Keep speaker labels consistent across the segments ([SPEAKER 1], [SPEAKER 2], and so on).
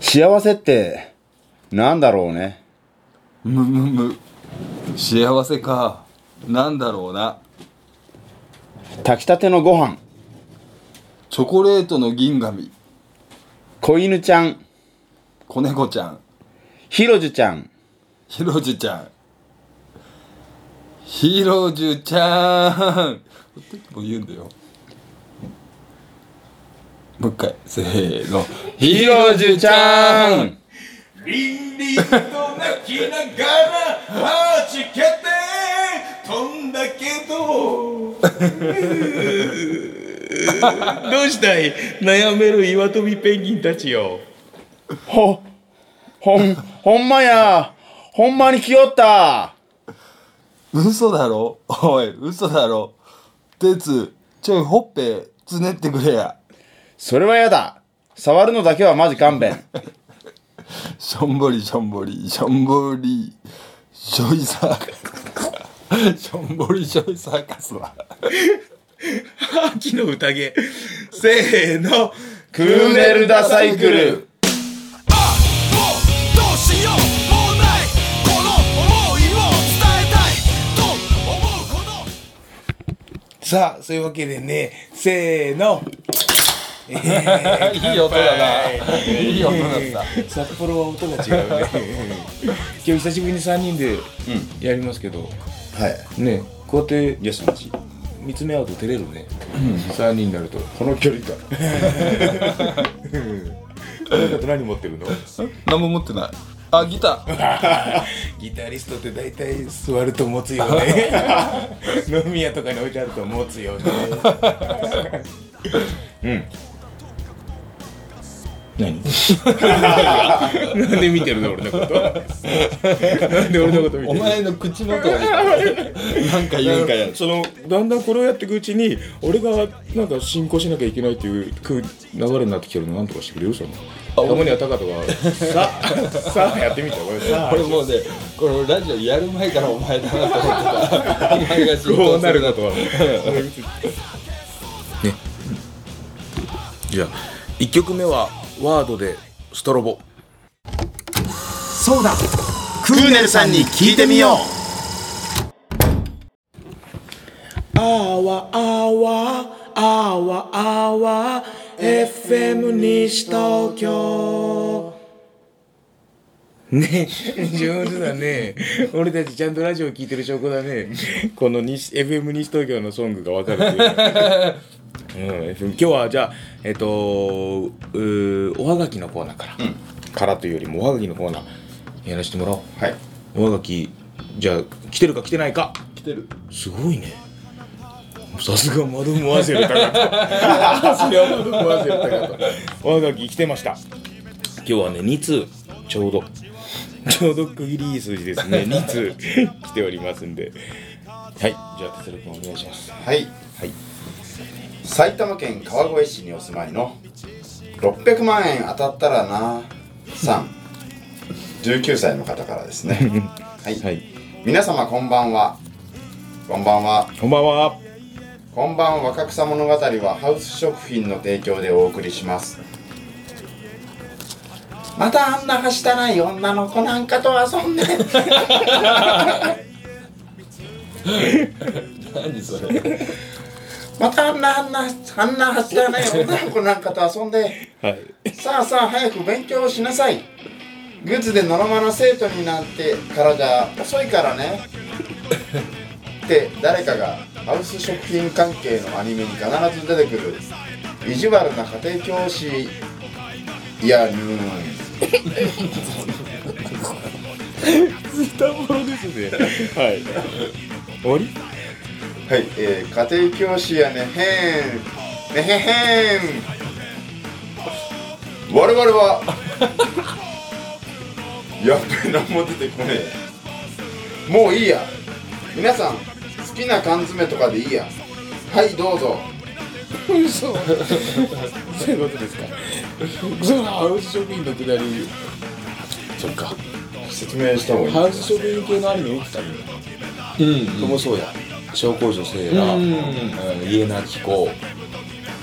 [SPEAKER 1] 幸せって、なんだろうね。
[SPEAKER 2] むむむ幸せかなんだろうな
[SPEAKER 1] 炊きたてのご飯、
[SPEAKER 2] チョコレートの銀紙
[SPEAKER 1] 子犬ちゃん、
[SPEAKER 2] 子猫ちゃん
[SPEAKER 1] ひろじゅちゃん、
[SPEAKER 2] ひろじちゃんひろじゅちゃんもう言うんだよもう一回せーの
[SPEAKER 1] ひろじゅちゃん
[SPEAKER 3] 倫理と泣きながらはじけて飛んだけど どうしたい悩める岩飛びペンギンたちよ
[SPEAKER 1] ほ、ほん、ほんまや。ほんまに来よった。
[SPEAKER 2] 嘘だろおい嘘だろ鉄ちょいほっぺつねってくれや
[SPEAKER 1] それはやだ。触るのだけはマジ勘弁。
[SPEAKER 2] しょんぼりしょんぼりしょんぼりしょいサーカス しょんぼりしょいサーカスは
[SPEAKER 3] 秋の宴せーの
[SPEAKER 1] クーネルダサイクル。
[SPEAKER 4] もうどうしようもないこの想いを伝えたいと思うほど
[SPEAKER 3] さあそういうわけでねせーの
[SPEAKER 2] いい音だないい音だった
[SPEAKER 3] 札幌は音が違うね今日久しぶりに3人でやりますけど、
[SPEAKER 1] はい。
[SPEAKER 3] ねこうやって
[SPEAKER 1] よし、マジ。
[SPEAKER 3] 見つめ合うと照れるね、3人になると
[SPEAKER 1] この距離か。
[SPEAKER 3] あなたと何持ってるの
[SPEAKER 2] 何も持ってないあギター
[SPEAKER 3] ギタリストって大体座ると持つよ ね飲み屋とかに置いてあると持つよねうん何 なんで見てるの俺のことなんで俺のこと見てるの
[SPEAKER 2] お前の口の音がなんか言うかや
[SPEAKER 3] そのだんだんこれをやっていくうちに俺がなんか進行しなきゃいけないっていう空流れになってきてるのなんとかしてくれるそのたまには高とがさあさあやってみてこれさ
[SPEAKER 2] これもうねこのラジオやる前からお前だなと思ってたお前が進
[SPEAKER 3] こ
[SPEAKER 2] 行
[SPEAKER 3] う
[SPEAKER 2] す
[SPEAKER 3] なる
[SPEAKER 2] な
[SPEAKER 3] かとは ねじゃあ1曲目はワードでストロボ
[SPEAKER 5] そうだクーネルさんに聞いてみよう
[SPEAKER 3] あわあわあわあわ FM 西東京ね上手だね俺たちちゃんとラジオ聞いてる証拠だねこの西 FM 西東京のソングがわかるっていう、うん、FM 今日はじゃあえっとうーおはがきのコーナーから、からというよりもおはがきのコーナーやらせてもらおう
[SPEAKER 1] はい。
[SPEAKER 3] おはがきじゃあ来てるか来てないか
[SPEAKER 2] 来てる
[SPEAKER 3] すごいねさすが窓もわせる高とさすが窓もわせる高とおはがき来てました今日はね2通ちょうどちょうど区切りいい数字ですね2通来ておりますんではいじゃあ哲郎君お願いします
[SPEAKER 1] はい、
[SPEAKER 3] はい
[SPEAKER 1] 埼玉県川越市にお住まいの600万円当たったらなさん19歳の方から ですねはい、
[SPEAKER 3] はい
[SPEAKER 1] 皆様こんばんはこんばんは
[SPEAKER 3] こんばんは
[SPEAKER 1] こんばんは若草物語はハウス食品の提供でお送りしますまたあんなはしたない女の子なんかと遊 んで
[SPEAKER 2] 何それ
[SPEAKER 1] またあんなあんなあんなはしたない女の子なんかと遊んで
[SPEAKER 3] はい
[SPEAKER 1] さあさあ早く勉強しなさいグッズでのろまな生徒になってからじゃ遅いからねって誰かがハウス食品関係のアニメに必ず出てくる意地悪な家庭教師いやにゅ
[SPEAKER 3] 双子ですねはい終わり
[SPEAKER 1] はい、えー、家庭教師やねへんねへへん我々は やっべ何も出てこねえもういいや皆さん好きな缶詰とかでいいやはいどうぞ
[SPEAKER 3] そういうことですかそのハウス職員のくだりそっか
[SPEAKER 1] 説明した方がいい
[SPEAKER 3] ハウス職員系のアニメ見てたの
[SPEAKER 2] うん
[SPEAKER 3] ともそうや小公女セーラーうん家なき子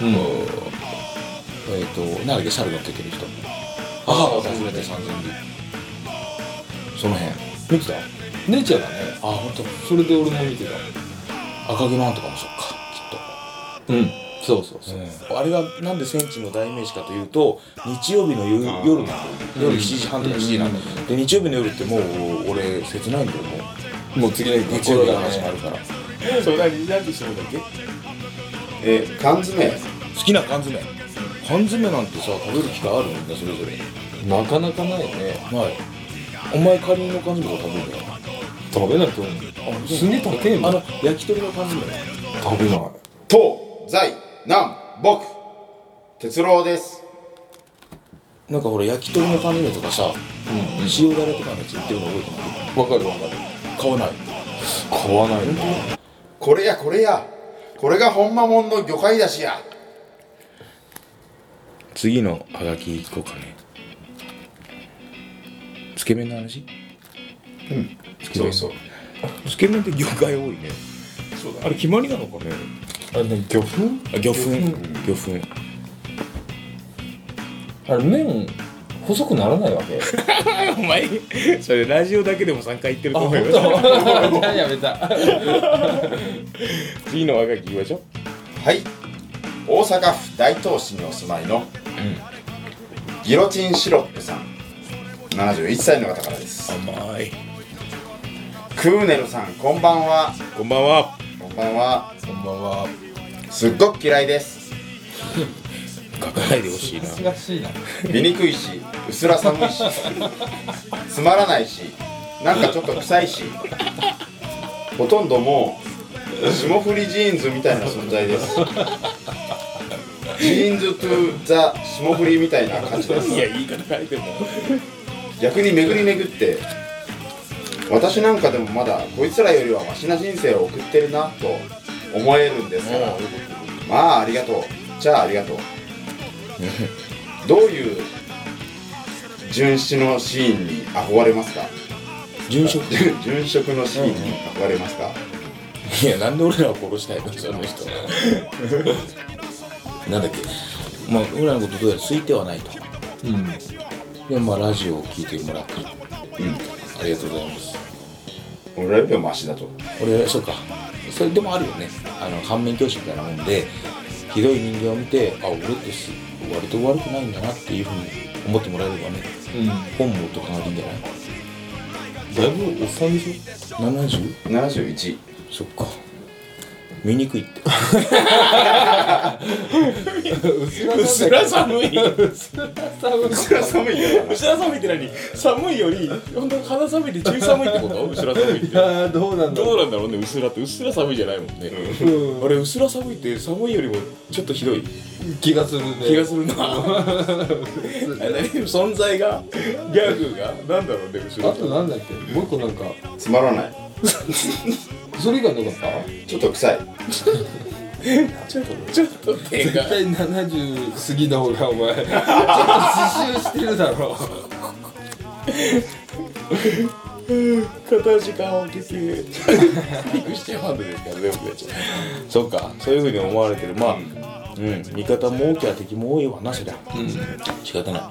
[SPEAKER 3] うんえっとなんだっけ猿乗っけてる人母を訪ねて3000人その辺見てた
[SPEAKER 2] 姉ちゃんがね
[SPEAKER 3] あ本当。
[SPEAKER 2] それで俺も見て
[SPEAKER 3] 赤毛のアンとかもそっかきっと
[SPEAKER 2] たうんそうそうそう、
[SPEAKER 3] あれがなんでセンチの代名詞かというと日曜日の夜夜なの夜7時半とか7時なの、で日曜日の夜ってもう俺切ないんだよも
[SPEAKER 2] もう次の
[SPEAKER 3] う
[SPEAKER 2] 日
[SPEAKER 3] 日
[SPEAKER 2] 曜
[SPEAKER 3] 曜
[SPEAKER 2] 日
[SPEAKER 3] 日
[SPEAKER 2] が
[SPEAKER 3] が
[SPEAKER 2] 始
[SPEAKER 3] 始ま
[SPEAKER 2] ま
[SPEAKER 3] る
[SPEAKER 2] る
[SPEAKER 3] から
[SPEAKER 1] それ何何てしてるんだっけえー、缶詰
[SPEAKER 3] 好きな缶詰缶詰なんてさ食べる機会あるんだそれぞれ
[SPEAKER 2] なかなかないね
[SPEAKER 3] ないお前カリーの缶詰とか食べるの
[SPEAKER 2] 食べないと思うすげえ高えも
[SPEAKER 3] あ
[SPEAKER 2] ん
[SPEAKER 3] の焼き鳥の缶詰
[SPEAKER 2] 食べない
[SPEAKER 1] 東西南北哲郎です
[SPEAKER 3] なんかほら焼き鳥の缶詰とかさ、塩だれとかのやつ売ってるの覚えてない
[SPEAKER 2] わかるわかる
[SPEAKER 3] 買わない
[SPEAKER 2] 買わないな
[SPEAKER 1] これやこれやこれが本間もんの魚介だしや
[SPEAKER 3] 次のハガキ行こうかねつけ麺の話
[SPEAKER 1] そうそう
[SPEAKER 3] つけ麺って魚介多いね
[SPEAKER 1] そうだ
[SPEAKER 3] あれ決まりなのかね
[SPEAKER 2] あれね魚粉
[SPEAKER 3] あ魚粉魚粉
[SPEAKER 2] あれ麺細くならないわけ
[SPEAKER 3] お前それラジオだけでも3回言って ると思うよ
[SPEAKER 2] じゃあやめた
[SPEAKER 3] 次のハガキ行きましょう
[SPEAKER 1] はい大阪府大東市にお住まいの、ギロチンシロップさん71歳の方からです
[SPEAKER 3] 甘い
[SPEAKER 1] クーネルさんこんばんは
[SPEAKER 3] こんばんは
[SPEAKER 1] こんばんは
[SPEAKER 2] こんばんは
[SPEAKER 1] すっごく嫌いです
[SPEAKER 3] 書かないでほしいな
[SPEAKER 2] 難しいな
[SPEAKER 1] 醜いし薄ら寒いしつまらないしなんかちょっと臭いしほとんどもう霜降りジーンズみたいな存在ですジーンズトゥザ霜降りみたいな感じです
[SPEAKER 3] いや言い方変えても
[SPEAKER 1] 逆に巡り巡って私なんかでもまだこいつらよりはマシな人生を送ってるなと思えるんですからまあありがとうじゃあありが とうどういう殉死のシーンに憧れますか
[SPEAKER 3] 殉職
[SPEAKER 1] 殉職のシーンに憧れますか
[SPEAKER 3] いやなんで俺らを殺したいのその人なんだっけまあ俺らのことどうやら推定はないと
[SPEAKER 2] うん
[SPEAKER 3] でまあラジオを聞いてもらってうんありがとうございます
[SPEAKER 1] 俺らよりはマシだと
[SPEAKER 3] 俺そうかそれでもあるよねあの反面教師みたいなもんでひどい人間を見てあ俺ってす割と悪くないんだなっていうふうに思ってもらえればね
[SPEAKER 2] うん
[SPEAKER 3] 本望と考えていいんじゃない
[SPEAKER 2] だいぶおっさんでし
[SPEAKER 3] 70?
[SPEAKER 1] 71
[SPEAKER 3] そっか醜い って
[SPEAKER 2] ょ薄ら
[SPEAKER 3] 寒い
[SPEAKER 2] 寒い
[SPEAKER 1] それは寒いよ
[SPEAKER 3] 後ろ寒いって何寒いより本当肌寒いで中寒いってこと後ろ寒いって
[SPEAKER 2] あーどうなんだ
[SPEAKER 3] どうなんだろうね薄らって薄ら寒いじゃないもんね、
[SPEAKER 2] うん
[SPEAKER 3] あれ薄ら寒いって寒いよりもちょっとひどい
[SPEAKER 2] 気がするね
[SPEAKER 3] 気がす るな存在がギャグがなんだろうね後
[SPEAKER 2] あ
[SPEAKER 3] ろ
[SPEAKER 2] となんだっけもう一個なんか
[SPEAKER 1] つまらない
[SPEAKER 2] それ以外なかった
[SPEAKER 1] ちょっと臭い
[SPEAKER 3] ちょっとちょっと手が
[SPEAKER 2] 絶対70過ぎた方がお 前ちょっと自習してるだろ
[SPEAKER 3] 片足顔を消 すビッグしてファンドですから全部やっちゃうそうかそういうふうに思われてるまあうん味方も多きゃ敵も多いわなそりゃうん仕方ない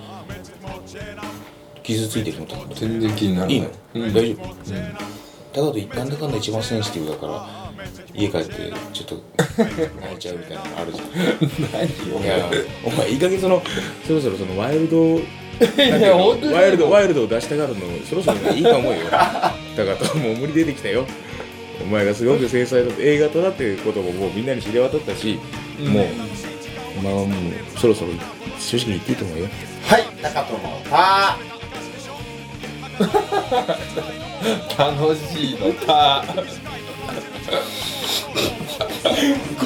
[SPEAKER 3] 傷ついてるのとか
[SPEAKER 2] 全然気にならない
[SPEAKER 3] いの、
[SPEAKER 2] うん、
[SPEAKER 3] 大丈夫、だけど一旦だかんだ一番センシティブだから家帰ってちょっと泣いちゃうみたいなのあるじゃんいやお前いい加減そのそろそろそのワイルド
[SPEAKER 2] いや本当に
[SPEAKER 3] ワイルドワイルドを出したがるのそろそろいいと思うよだからもう無理出てきたよお前がすごく繊細だって映画とだっていうことももうみんなに知れ渡ったし、もうお前はもうそろそろ正直に言っていいと思うよ
[SPEAKER 1] はい中友は
[SPEAKER 2] 楽しいのか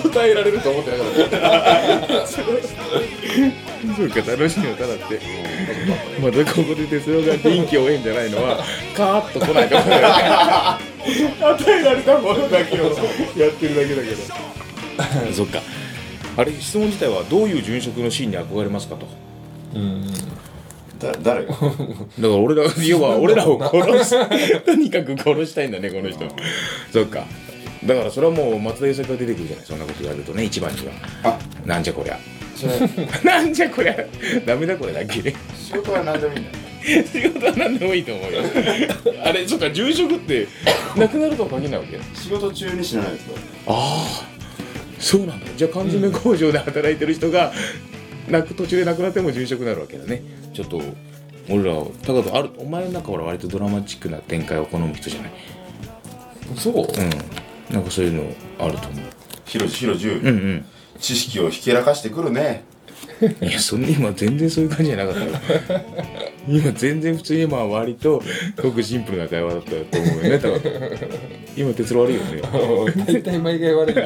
[SPEAKER 3] 答えられると思ってなかったそうか楽しいのかだってまたここで哲郎が臨機応変じゃないのはカーッと来ないかもしれない与えられたものだけをやってるだけだけどそっかあれ質問自体はどういう殉職のシーンに憧れますかと
[SPEAKER 1] だ誰 が
[SPEAKER 3] だから俺ら要は俺らを殺すとにかく殺したいんだねこの人そっかだからそれはもう松田優作が出てくるじゃないそんなこと言われるとね一番には
[SPEAKER 1] あ
[SPEAKER 3] なんじゃこりゃなんじゃこりゃダメだこれだっけ
[SPEAKER 1] 仕事は何でもいいんだよ
[SPEAKER 3] 仕事は何でもいいと思う よあれそっか住職 ってなくなるとは限らないわけ
[SPEAKER 1] 仕事中に死なないと
[SPEAKER 3] そうなんだじゃあ缶詰工場で働いてる人が、なく途中で亡くなっても殉職になるわけだねちょっと俺ら高田あるお前なんかほら割とドラマチックな展開を好む人じゃない
[SPEAKER 2] そう
[SPEAKER 3] うんなんかそういうのあると思う
[SPEAKER 1] ヒロシヒロジュ
[SPEAKER 3] うんうん
[SPEAKER 1] 知識をひけらかしてくるね
[SPEAKER 3] いやそんな今全然そういう感じじゃなかったよ 今全然普通にまあ割とごくシンプルな会話だったと思うよね高田今哲郎悪いよね
[SPEAKER 2] 大体毎回悪いな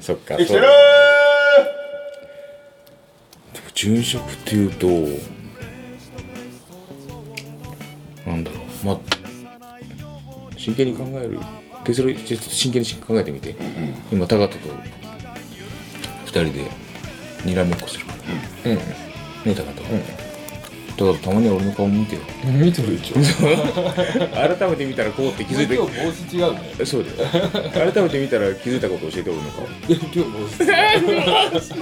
[SPEAKER 3] そっか
[SPEAKER 1] 生きてる
[SPEAKER 3] 殉職っていうとなんだろうまあ真剣に考える哲郎ちょっと真剣に考えてみて、今高田と二人でにらめっこするうん、ねえ高田、高田たまには俺の顔見てよ
[SPEAKER 2] 見てるでしょ
[SPEAKER 3] 改めて見たらこうって気づい
[SPEAKER 2] 今日
[SPEAKER 3] て
[SPEAKER 2] 帽子違うね
[SPEAKER 3] そうだよ改めて見たら気づいたこと教えて俺の顔
[SPEAKER 2] いや今日帽子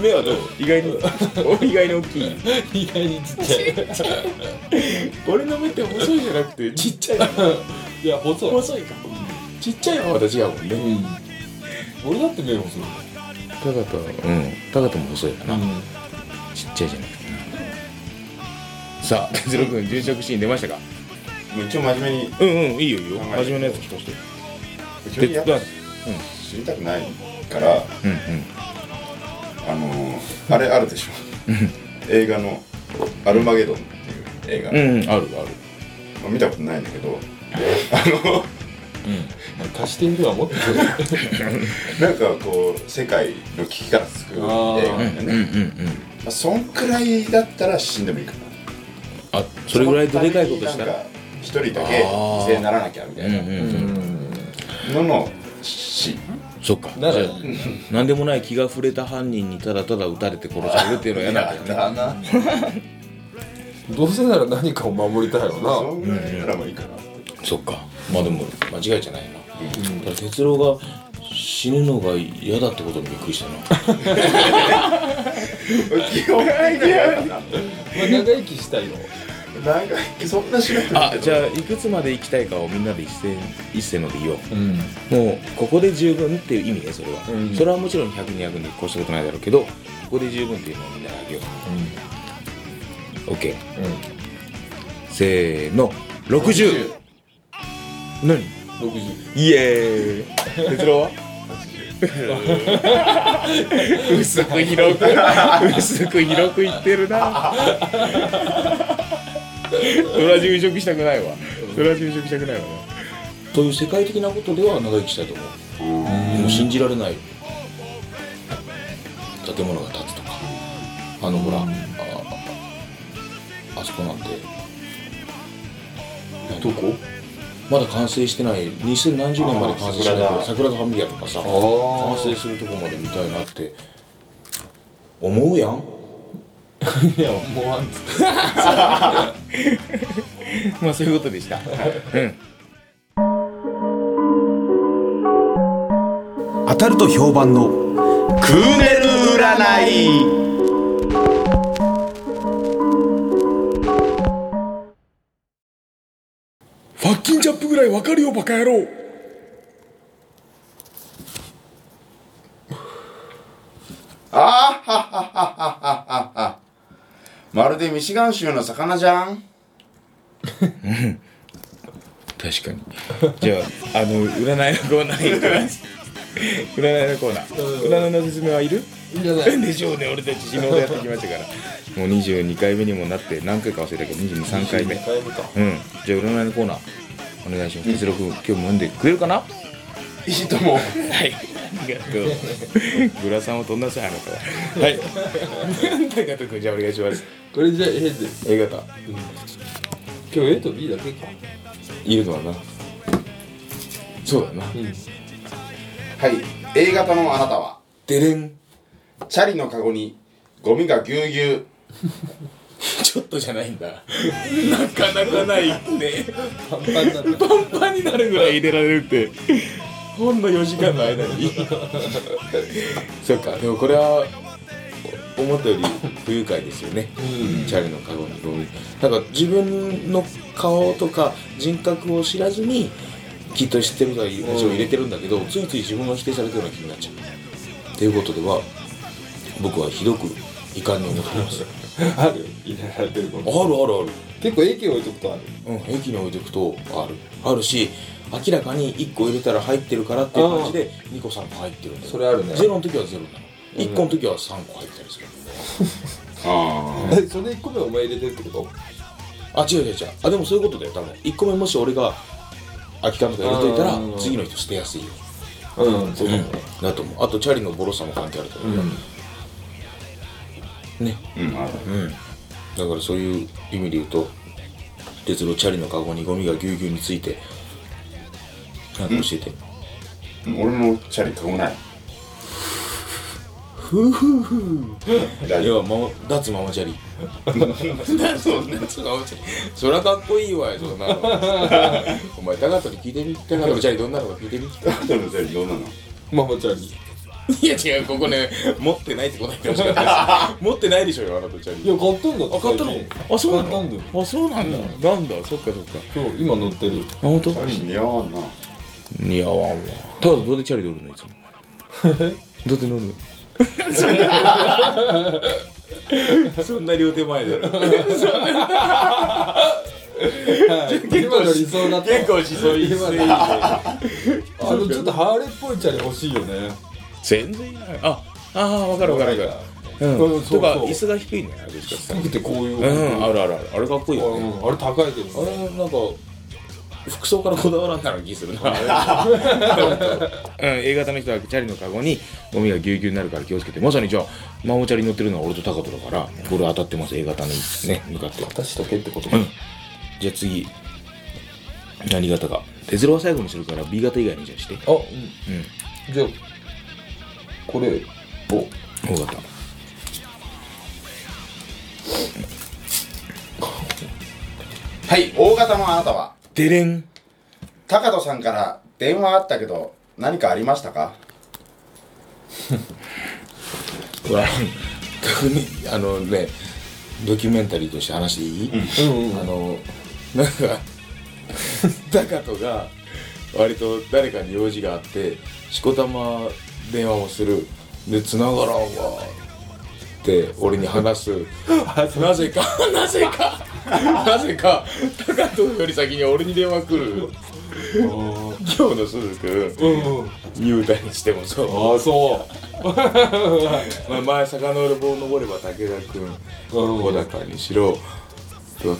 [SPEAKER 3] 目はどう意外に意外に大きい
[SPEAKER 2] 意外にちっちゃい
[SPEAKER 3] 俺の目って細いじゃなくてちっちゃい
[SPEAKER 2] いや細い
[SPEAKER 3] 細いかちっちゃいはまた違うもんね
[SPEAKER 2] うん俺だって目細い
[SPEAKER 3] 高田うん高田も細いかな、ちっちゃいじゃなくてなさあ哲郎君殉職シーン出ましたか
[SPEAKER 1] 一応真面目に
[SPEAKER 3] うんうんいいよいいよ
[SPEAKER 1] 考えて
[SPEAKER 3] 真面目なやつ聞かせて
[SPEAKER 1] 一応やっぱ知りたくないから
[SPEAKER 3] うんうん
[SPEAKER 1] あのー、あれあるでしょ映画の「アルマゲドン」っていう映画、
[SPEAKER 3] うんうんあるある
[SPEAKER 1] まあ見たことないんだけどあの
[SPEAKER 2] 貸しているはもっと
[SPEAKER 1] なんかこう世界の危機から救う映画なんだよね、
[SPEAKER 3] うんうん
[SPEAKER 1] まあ、そんくらいだったら死んでもいいかな
[SPEAKER 3] あそれぐらいどでかいことした
[SPEAKER 1] なん
[SPEAKER 3] ら
[SPEAKER 1] か一人だけ犠牲にならなきゃみた
[SPEAKER 3] う
[SPEAKER 1] い
[SPEAKER 3] んう
[SPEAKER 1] なん
[SPEAKER 3] うん
[SPEAKER 1] のの死
[SPEAKER 3] そっか
[SPEAKER 2] なら
[SPEAKER 3] じゃあ何でもない気が触れた犯人にただただ撃たれて殺されるっていうのは嫌なんだよね
[SPEAKER 1] だな
[SPEAKER 2] どうせなら何かを守りたいよ
[SPEAKER 1] そ
[SPEAKER 2] なん
[SPEAKER 1] ぐらいならもういいかな
[SPEAKER 3] そっかまあでも間違いじゃないな、だから哲郎が死ぬのが嫌だってことにびっくりした
[SPEAKER 1] 基本的に
[SPEAKER 3] な
[SPEAKER 1] は嫌だな
[SPEAKER 2] まあ長生きしたいよ
[SPEAKER 1] なんかそんなしなくて
[SPEAKER 3] あじゃあいくつまで生きたいかをみんなで一斉一斉ので言おう
[SPEAKER 2] うん
[SPEAKER 3] もうここで十分っていう意味ねそれは、
[SPEAKER 2] うん
[SPEAKER 3] それはもちろん100200に越したことないだろうけどここで十分っていうのをみんなであげよう OK せーの60何
[SPEAKER 2] うん60
[SPEAKER 3] イエーイ哲郎は薄く広く薄く広く言ってるなそれは殉職したくないわそれは殉職したくないわねそういう世界的なことでは長生きしたいと思うもう信じられない建物が建つとかあのほらああそこなんてどこまだ完成してない2000何十年まで完成してない
[SPEAKER 1] あー
[SPEAKER 3] 桜田ファミリアとかさ完成するとこまで見たいなって思うやん
[SPEAKER 2] いやもうあんつって
[SPEAKER 3] まあそういうことでした
[SPEAKER 5] 当たると評判の
[SPEAKER 1] クーネル占い
[SPEAKER 3] ファッキンジャップぐらいわかるよバカ野郎
[SPEAKER 1] あははははははまるでミシガン州の魚じゃん
[SPEAKER 3] 確かにじゃああの占いのコーナーいきます占いのコーナー占いの説明はいる
[SPEAKER 2] いらない
[SPEAKER 3] でしょうね俺たち昨日やってきましたからもう22回目にもなって何回か忘れたけど23回目
[SPEAKER 2] 2回目か
[SPEAKER 3] うんじゃあ占いのコーナーお願いします哲郎君今日も読んでくれるかない
[SPEAKER 1] いとも
[SPEAKER 3] はいありがとうグラさんを飛んなさいあなたははい高田君じゃあお願いします
[SPEAKER 2] これじゃあ A で
[SPEAKER 3] A 型
[SPEAKER 2] 今日 A と B だけか
[SPEAKER 3] いるのはなそうだな
[SPEAKER 1] はい A 型のあなたは
[SPEAKER 3] でれん
[SPEAKER 1] チャリのカゴにゴミがぎゅうぎゅう
[SPEAKER 3] ちょっとじゃ ないんだなかなかないね
[SPEAKER 2] パンパンにな る
[SPEAKER 3] パンパンになるぐらい入れられるってほんの4時間の間にそうかでもこれは思ったより不愉快ですよね、チャリのカゴにゴミだから自分の顔とか人格を知らずにきっと知ってるとは一応入れてるんだけど、ついつい自分が否定されてるような気になっちゃうっていうことでは僕はひどく遺憾に思ってます
[SPEAKER 2] ある入れられてる
[SPEAKER 3] あるあるある
[SPEAKER 2] 結構駅置いとくとある
[SPEAKER 3] うん、駅に置いておくとあるあるし明らかに1個入れたら入ってるからっていう感じで2個3個入ってるんだよ
[SPEAKER 2] それあるね
[SPEAKER 3] ゼロの時はゼロなの1個の時は3個入ったりする
[SPEAKER 2] ああそれ1個目お前入れてるってこと
[SPEAKER 3] あ違う違う違うあでもそういうことだよ多分1個目もし俺が空き缶とか入れといたら
[SPEAKER 2] うん
[SPEAKER 3] 次の人捨てやすいよ
[SPEAKER 2] うんそうだね
[SPEAKER 3] だと思うあとチャリのボロさも関係あると思う、ねうんだからそういう意味で言うと鉄のチャリのカゴにゴミがぎゅうぎゅうについてなんか教えて、
[SPEAKER 1] 俺もチャリ買わない
[SPEAKER 3] いや、ママ脱ママチャリ。そう脱ママチャリ。 そりゃかっこいいわよ、そんなの。 お前、高取聞いてみ高取チャリどんなのか聞いてみ
[SPEAKER 1] あんたのチャリどうなの
[SPEAKER 2] ママちゃんにい
[SPEAKER 3] いや、違う、ここね、持ってないって答えてほしかったです。持ってないでし ょうよ、あなたチャリ。
[SPEAKER 2] や買ったんだって
[SPEAKER 3] あ、買った
[SPEAKER 2] 最近
[SPEAKER 3] のあ、そうな
[SPEAKER 2] 買っ
[SPEAKER 3] ん
[SPEAKER 2] たんだ
[SPEAKER 3] だ。あ、そうなんだ。なんだ、そっかそっか。
[SPEAKER 2] そう今乗ってる
[SPEAKER 3] あ、ほんと
[SPEAKER 1] チャリ似合わんな
[SPEAKER 3] 似合わんわ。ただ、どうでチャリでおるのいつも。どうで乗 るのそんな両手前だろ。
[SPEAKER 2] 今の理想だった
[SPEAKER 3] 結構しそういい
[SPEAKER 2] 今の理想あのちょっとハーレーっぽいチャリ欲しいよね
[SPEAKER 3] 全然いないあああ分かる分かる分かるうん
[SPEAKER 2] うんそうそう
[SPEAKER 3] とか椅子が低いねあれですか
[SPEAKER 2] 低くてこういう
[SPEAKER 3] う
[SPEAKER 2] うん
[SPEAKER 3] あるあるあるあれかっこいいよね
[SPEAKER 2] んあれ高いけ
[SPEAKER 3] あ
[SPEAKER 2] どね
[SPEAKER 3] れなんか服装からこだわらんなら気するな うん A 型の人はチャリのカゴにゴミがぎゅうぎゅうになるから気をつけてまさにじゃあマモチャリ乗ってるのは俺と高人だからこれ当たってます A 型にね向かって
[SPEAKER 2] 私だけってこと
[SPEAKER 3] じゃあ次何型か哲郎は最後にするから B 型以外にじゃあして
[SPEAKER 2] あ、うん。じゃあ、これを。
[SPEAKER 3] O 型
[SPEAKER 1] はい大型のあなたは
[SPEAKER 3] でれん
[SPEAKER 1] 高戸さんから電話あったけど何かありましたか
[SPEAKER 3] これ特にあのねドキュメンタリーとして話していい、
[SPEAKER 2] うん
[SPEAKER 3] あのなんかタカトが割と誰かに用事があってしこたま電話をするで繋がらんわって俺に 話すなぜかなぜかなぜかタカトより先に俺に電話来る今日の鈴く
[SPEAKER 2] うんうん。
[SPEAKER 3] 雄太にしてもそう
[SPEAKER 2] ああ、そ
[SPEAKER 3] まあ、前遡る棒登れば武田君小高にしろ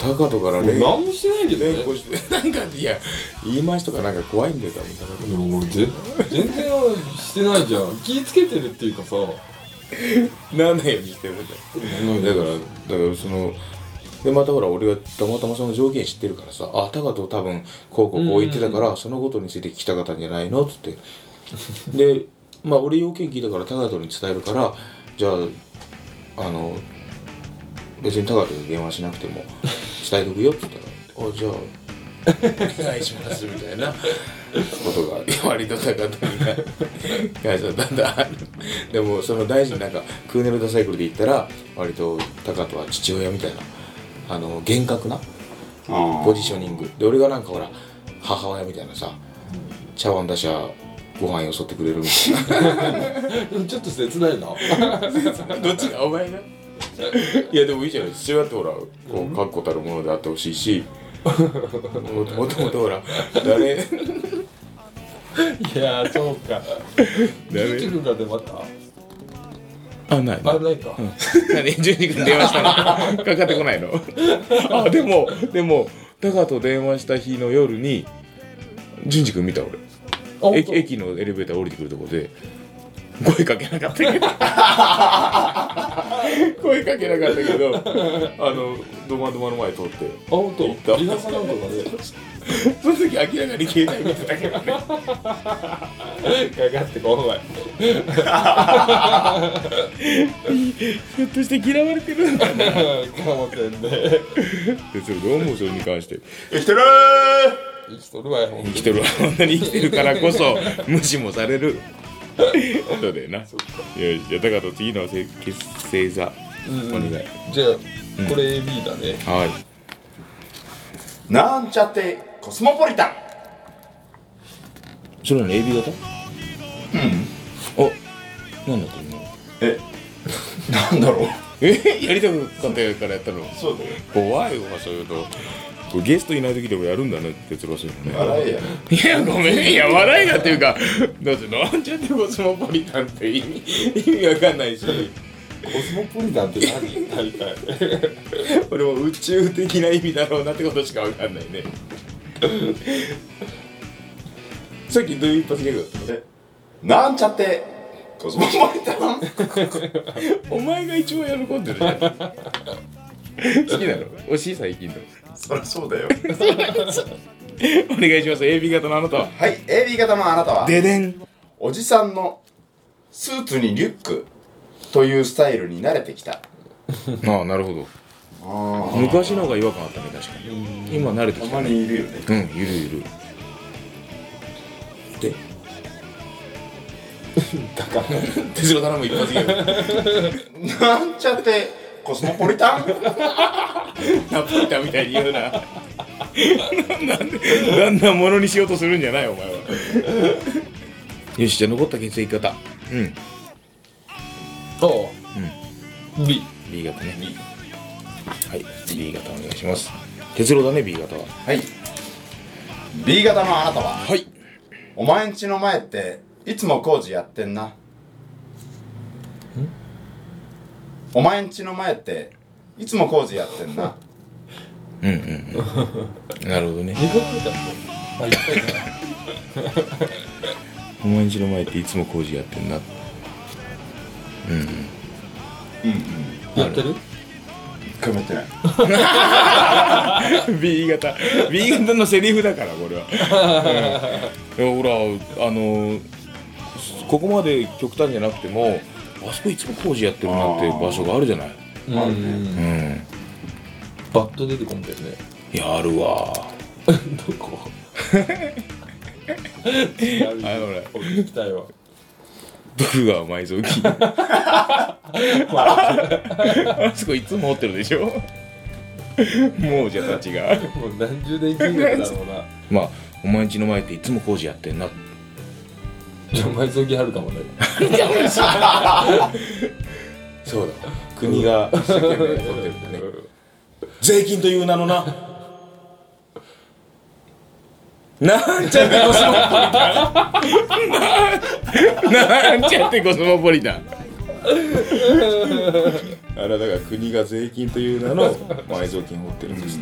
[SPEAKER 3] 高人から
[SPEAKER 2] う。俺
[SPEAKER 3] 連
[SPEAKER 2] 何もしてないけど
[SPEAKER 3] 連
[SPEAKER 2] ね。
[SPEAKER 3] 呼して なんかいや言い回しとかなんか怖いんだよ多分高人
[SPEAKER 2] もう全全然してないじゃん。気ぃつけてるっていうか さ。
[SPEAKER 3] なんないようにしてるんだよだからだからそのでまたほら俺がたまたまその条件知ってるからさあ高人多分こうこうこう言ってたからそのことについて聞きたかったんじゃないのっつって でまあ俺要件聞いたから高人に伝えるからじゃああの別に高人に電話しなくても伝えとくよっつったら「あじゃあ お願いします」みたいなことが割と高人に返されたんだでもその大事になんかクーネルダサイクルで言ったら割と高人は父親みたいなあの厳格なポジショニングで俺がなんかほら母親みたいなさ茶碗出しゃご飯よそってくれるみたいな
[SPEAKER 2] でもちょっと切ないな。
[SPEAKER 3] どっちがお前がいやでもいいじゃない父親ってほらこう確固たるものであってほしい しもともとほら誰
[SPEAKER 2] いやー、そう か。ゆうちくんが出また。
[SPEAKER 3] あない
[SPEAKER 2] あ、ないか。
[SPEAKER 3] 何純二君電話した のかかってこないのあでもでもタカと電話した日の夜に純二君見た俺
[SPEAKER 2] 本当
[SPEAKER 3] 駅駅のエレベーター降りてくるとこで声かけなかった けど声かけなかったけどあのドマドマの前通って
[SPEAKER 2] あ、ほんと。リ
[SPEAKER 3] た
[SPEAKER 2] ハーサルなんとかで。
[SPEAKER 3] その時明らかに携帯見てたけど ね
[SPEAKER 2] かかってこ ない。
[SPEAKER 3] ひょっとして嫌われてるんだ
[SPEAKER 2] かもせんで。
[SPEAKER 3] それどう思うそれに関して
[SPEAKER 1] 生きてる
[SPEAKER 2] 生きとるわよ、ほんと
[SPEAKER 3] 生きてる本当に生きてるからこそ無視もされるそうだよなよしじゃあ高と次のせ結成座お願い
[SPEAKER 2] じゃあこれ AB だね、
[SPEAKER 3] はい
[SPEAKER 1] なんちゃってコスモポリタン
[SPEAKER 3] それなの AB 型うんあなんだと思う
[SPEAKER 1] えなんだろう
[SPEAKER 3] えやりたくなったよからやったの
[SPEAKER 1] そうだよ
[SPEAKER 3] 怖いわそういうのこれゲストいない時でもやるんだねって珍しいのね
[SPEAKER 1] 笑えや
[SPEAKER 3] いやごめんいや笑いがっていうかだってなんちゃってコスモポリタンって意味意味わかんないし
[SPEAKER 2] コスモポリタンって何大体
[SPEAKER 3] 俺も宇宙的な意味だろうなってことしかわかんないねさっきどういう一発ギャグだったの
[SPEAKER 1] えなんちゃってコスモポリタン
[SPEAKER 3] お前が一番喜んでるじゃん好きなの惜しい最近の
[SPEAKER 1] そりゃそうだよ
[SPEAKER 3] お願いします AB 型のあなたは
[SPEAKER 1] はい AB 型のあなたは
[SPEAKER 3] ででん
[SPEAKER 1] おじさんのスーツにリュックというスタイルに慣れてきた
[SPEAKER 3] ああなるほど
[SPEAKER 1] あ
[SPEAKER 3] 昔の方が違和感あったね確かに今慣れてきたね
[SPEAKER 1] にいるよね
[SPEAKER 3] うんゆるゆるで だから手代頼む一発ギャグ
[SPEAKER 1] なんちゃってコスモポリタン
[SPEAKER 3] ナポリタンみたいに言う ななんでだんだんものにしようとするんじゃないお前はよしじゃあ残った血液型うん
[SPEAKER 2] と、うん、B
[SPEAKER 3] B 型ねはい、B 型お願いします。哲郎だね、B 型は。
[SPEAKER 1] はい B 型のあなたは
[SPEAKER 3] はい。
[SPEAKER 1] お前んちの前っていつも工事やってんなお前んちの前っていつも工事やってんな
[SPEAKER 3] うんうん、うん。なるほどね。
[SPEAKER 2] 地獄だもんあいっぱいだ
[SPEAKER 3] お前んちの前っていつも工事やってんな。うんうん。
[SPEAKER 2] やってる
[SPEAKER 1] 一回もやってない
[SPEAKER 3] B 型 B 型のセリフだからこれは、うん、いやほらあのここまで極端じゃなくてもあそこいつも工事やってるなっていう場所があるじゃない
[SPEAKER 2] うん
[SPEAKER 3] うん
[SPEAKER 2] バッと出てこんだよね
[SPEAKER 3] いやあるわ
[SPEAKER 2] どこあ
[SPEAKER 3] あほら
[SPEAKER 2] 聞きたいわ
[SPEAKER 3] 僕が埋蔵金あそこいつも持ってるでし ょもうじゃたちが
[SPEAKER 2] もう何十年金額だろう な
[SPEAKER 3] まあお前んちの前っていつも工事やってんな
[SPEAKER 2] じゃあ埋蔵金あるかもね
[SPEAKER 3] そうだ国が一生懸命取ってるんだね税金という名のななんちゃってコスモポリタンななんちゃってコスモポリタンあれだから国が税金という名の埋蔵金を持ってるんですっ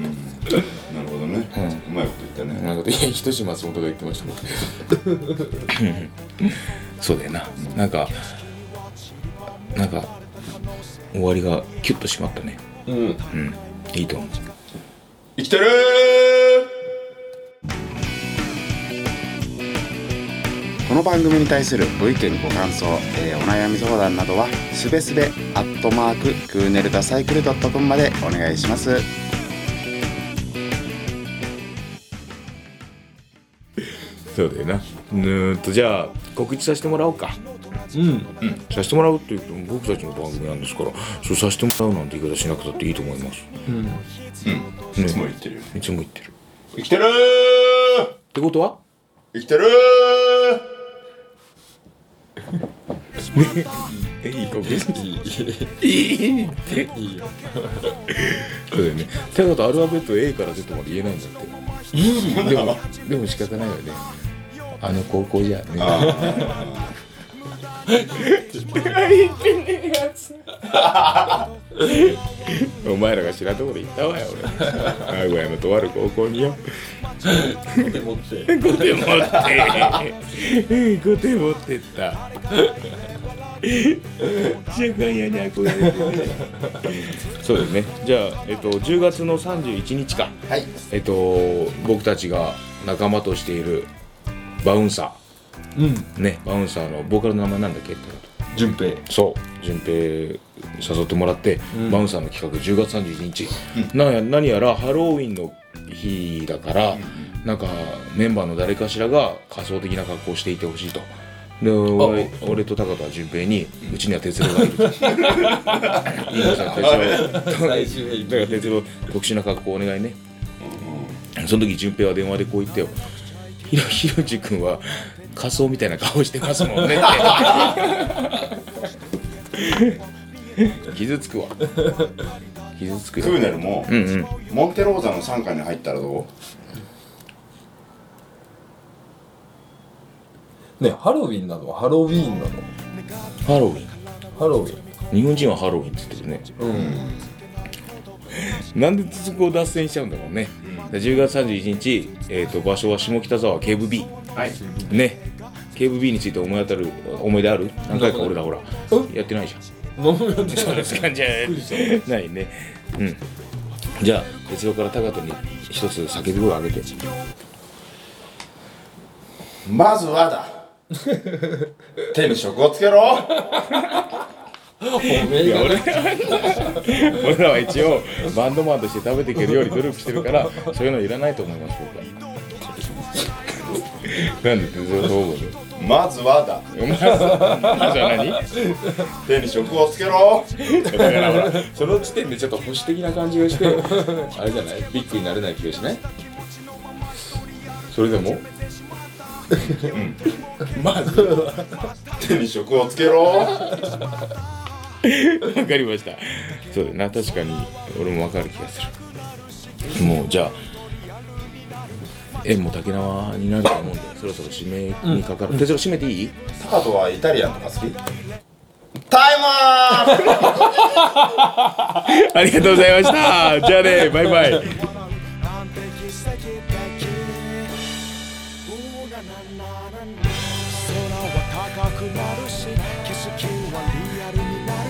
[SPEAKER 3] て
[SPEAKER 1] なるほどね、うまいこと言った
[SPEAKER 3] なんかいや人志松本が言ってましたもんそうだよななんかなんか終わりがキュッと締まったね
[SPEAKER 2] うん
[SPEAKER 3] うんいいと思う
[SPEAKER 1] 生きてるこの番組に対するご意見ご感想、えーお悩み相談などはすべすべアットマーククーネルダサイクルドットコムまでお願いします
[SPEAKER 3] そうだよなうーんとじゃあ告知させてもらおうか
[SPEAKER 2] うん
[SPEAKER 3] させてもらうっていうと僕たちの番組なんですからそうさせてもらうなんて言い方しなくたっていいと思います
[SPEAKER 2] うん
[SPEAKER 1] いつも言ってるよ
[SPEAKER 3] いつも言ってる
[SPEAKER 1] 生きてる
[SPEAKER 3] ってことは
[SPEAKER 1] 生きてる
[SPEAKER 3] えいい告知
[SPEAKER 2] いい
[SPEAKER 3] いいって
[SPEAKER 2] いいよ
[SPEAKER 3] そうだよねてことアルファベット A から Z まで言えないんだってでもでも仕方ないよねあの高校じゃねお前らが知らんところ行ったわよ俺名古屋のとある高校によ
[SPEAKER 2] 手持って
[SPEAKER 3] ゴテ持ってゴテ持ってった社会屋に憧れてる そうですねじゃあ、えっと、10月の31日か
[SPEAKER 1] はい
[SPEAKER 3] えっと僕たちが仲間としているバウンサ
[SPEAKER 2] うん
[SPEAKER 3] ーねバウンサーのボーカルの名前なんだっけって
[SPEAKER 2] 順平
[SPEAKER 3] そう順平誘ってもらって、バウンサーの企画10月31日、なんや何やらハロウィンの日だから、なんかメンバーの誰かしらが仮想的な格好をしていてほしいとで俺俺と高田純平に「うちには哲郎がいる」いいじゃん哲郎
[SPEAKER 2] 最終兵器
[SPEAKER 3] だから哲郎特殊な格好お願いねその時純平は電話でこう言ってよひろひろじ君は仮装みたいな顔してますもんねって傷つくわ傷つく
[SPEAKER 1] クー
[SPEAKER 3] よ
[SPEAKER 1] ネルも、
[SPEAKER 3] うんうん
[SPEAKER 1] モンテローザの傘下に入ったらどう
[SPEAKER 2] ねハロウィンなのハロウィンなの
[SPEAKER 3] ハロウィン
[SPEAKER 2] ハロウィン
[SPEAKER 3] 日本人はハロウィンって言ってるね
[SPEAKER 2] うん
[SPEAKER 3] なんでそこを脱線しちゃうんだろうね、で10月31日、えー、と場所は下北沢ケーブ B
[SPEAKER 1] はい
[SPEAKER 3] ねケーブ B について思い当たる思い出ある何回か俺らほら
[SPEAKER 2] え
[SPEAKER 3] やってないじゃん
[SPEAKER 2] 飲むよね
[SPEAKER 3] そうですかじゃあないねうんじゃあ哲郎から高田に一つ叫び声を 上げて
[SPEAKER 1] まずはだ手に職をつけろ
[SPEAKER 2] おめえがね
[SPEAKER 3] 俺らは一応バンドマンとして食べていけるように努力してるからそういうのいらないと思います僕はなんで哲郎そう思うの
[SPEAKER 1] まずはだ
[SPEAKER 3] お前はまずは何
[SPEAKER 1] 手に職をつけろ
[SPEAKER 3] だからほら その時点でちょっと保守的な感じがしてあれじゃないビッグになれない気がしないそれでもまずわ
[SPEAKER 1] 手に職をつけろ
[SPEAKER 3] かりましたそうだな確かに俺もわかる気がするもうじゃあ縁も竹縄になると思うんでそろそろ締めにかかる哲郎締めていい
[SPEAKER 1] タカトはイタリアンとか好きタイマー
[SPEAKER 3] ありがとうございましたじゃあねバイバイ
[SPEAKER 4] なんて奇跡的うがなななな空は高くなるし景色はリアルになる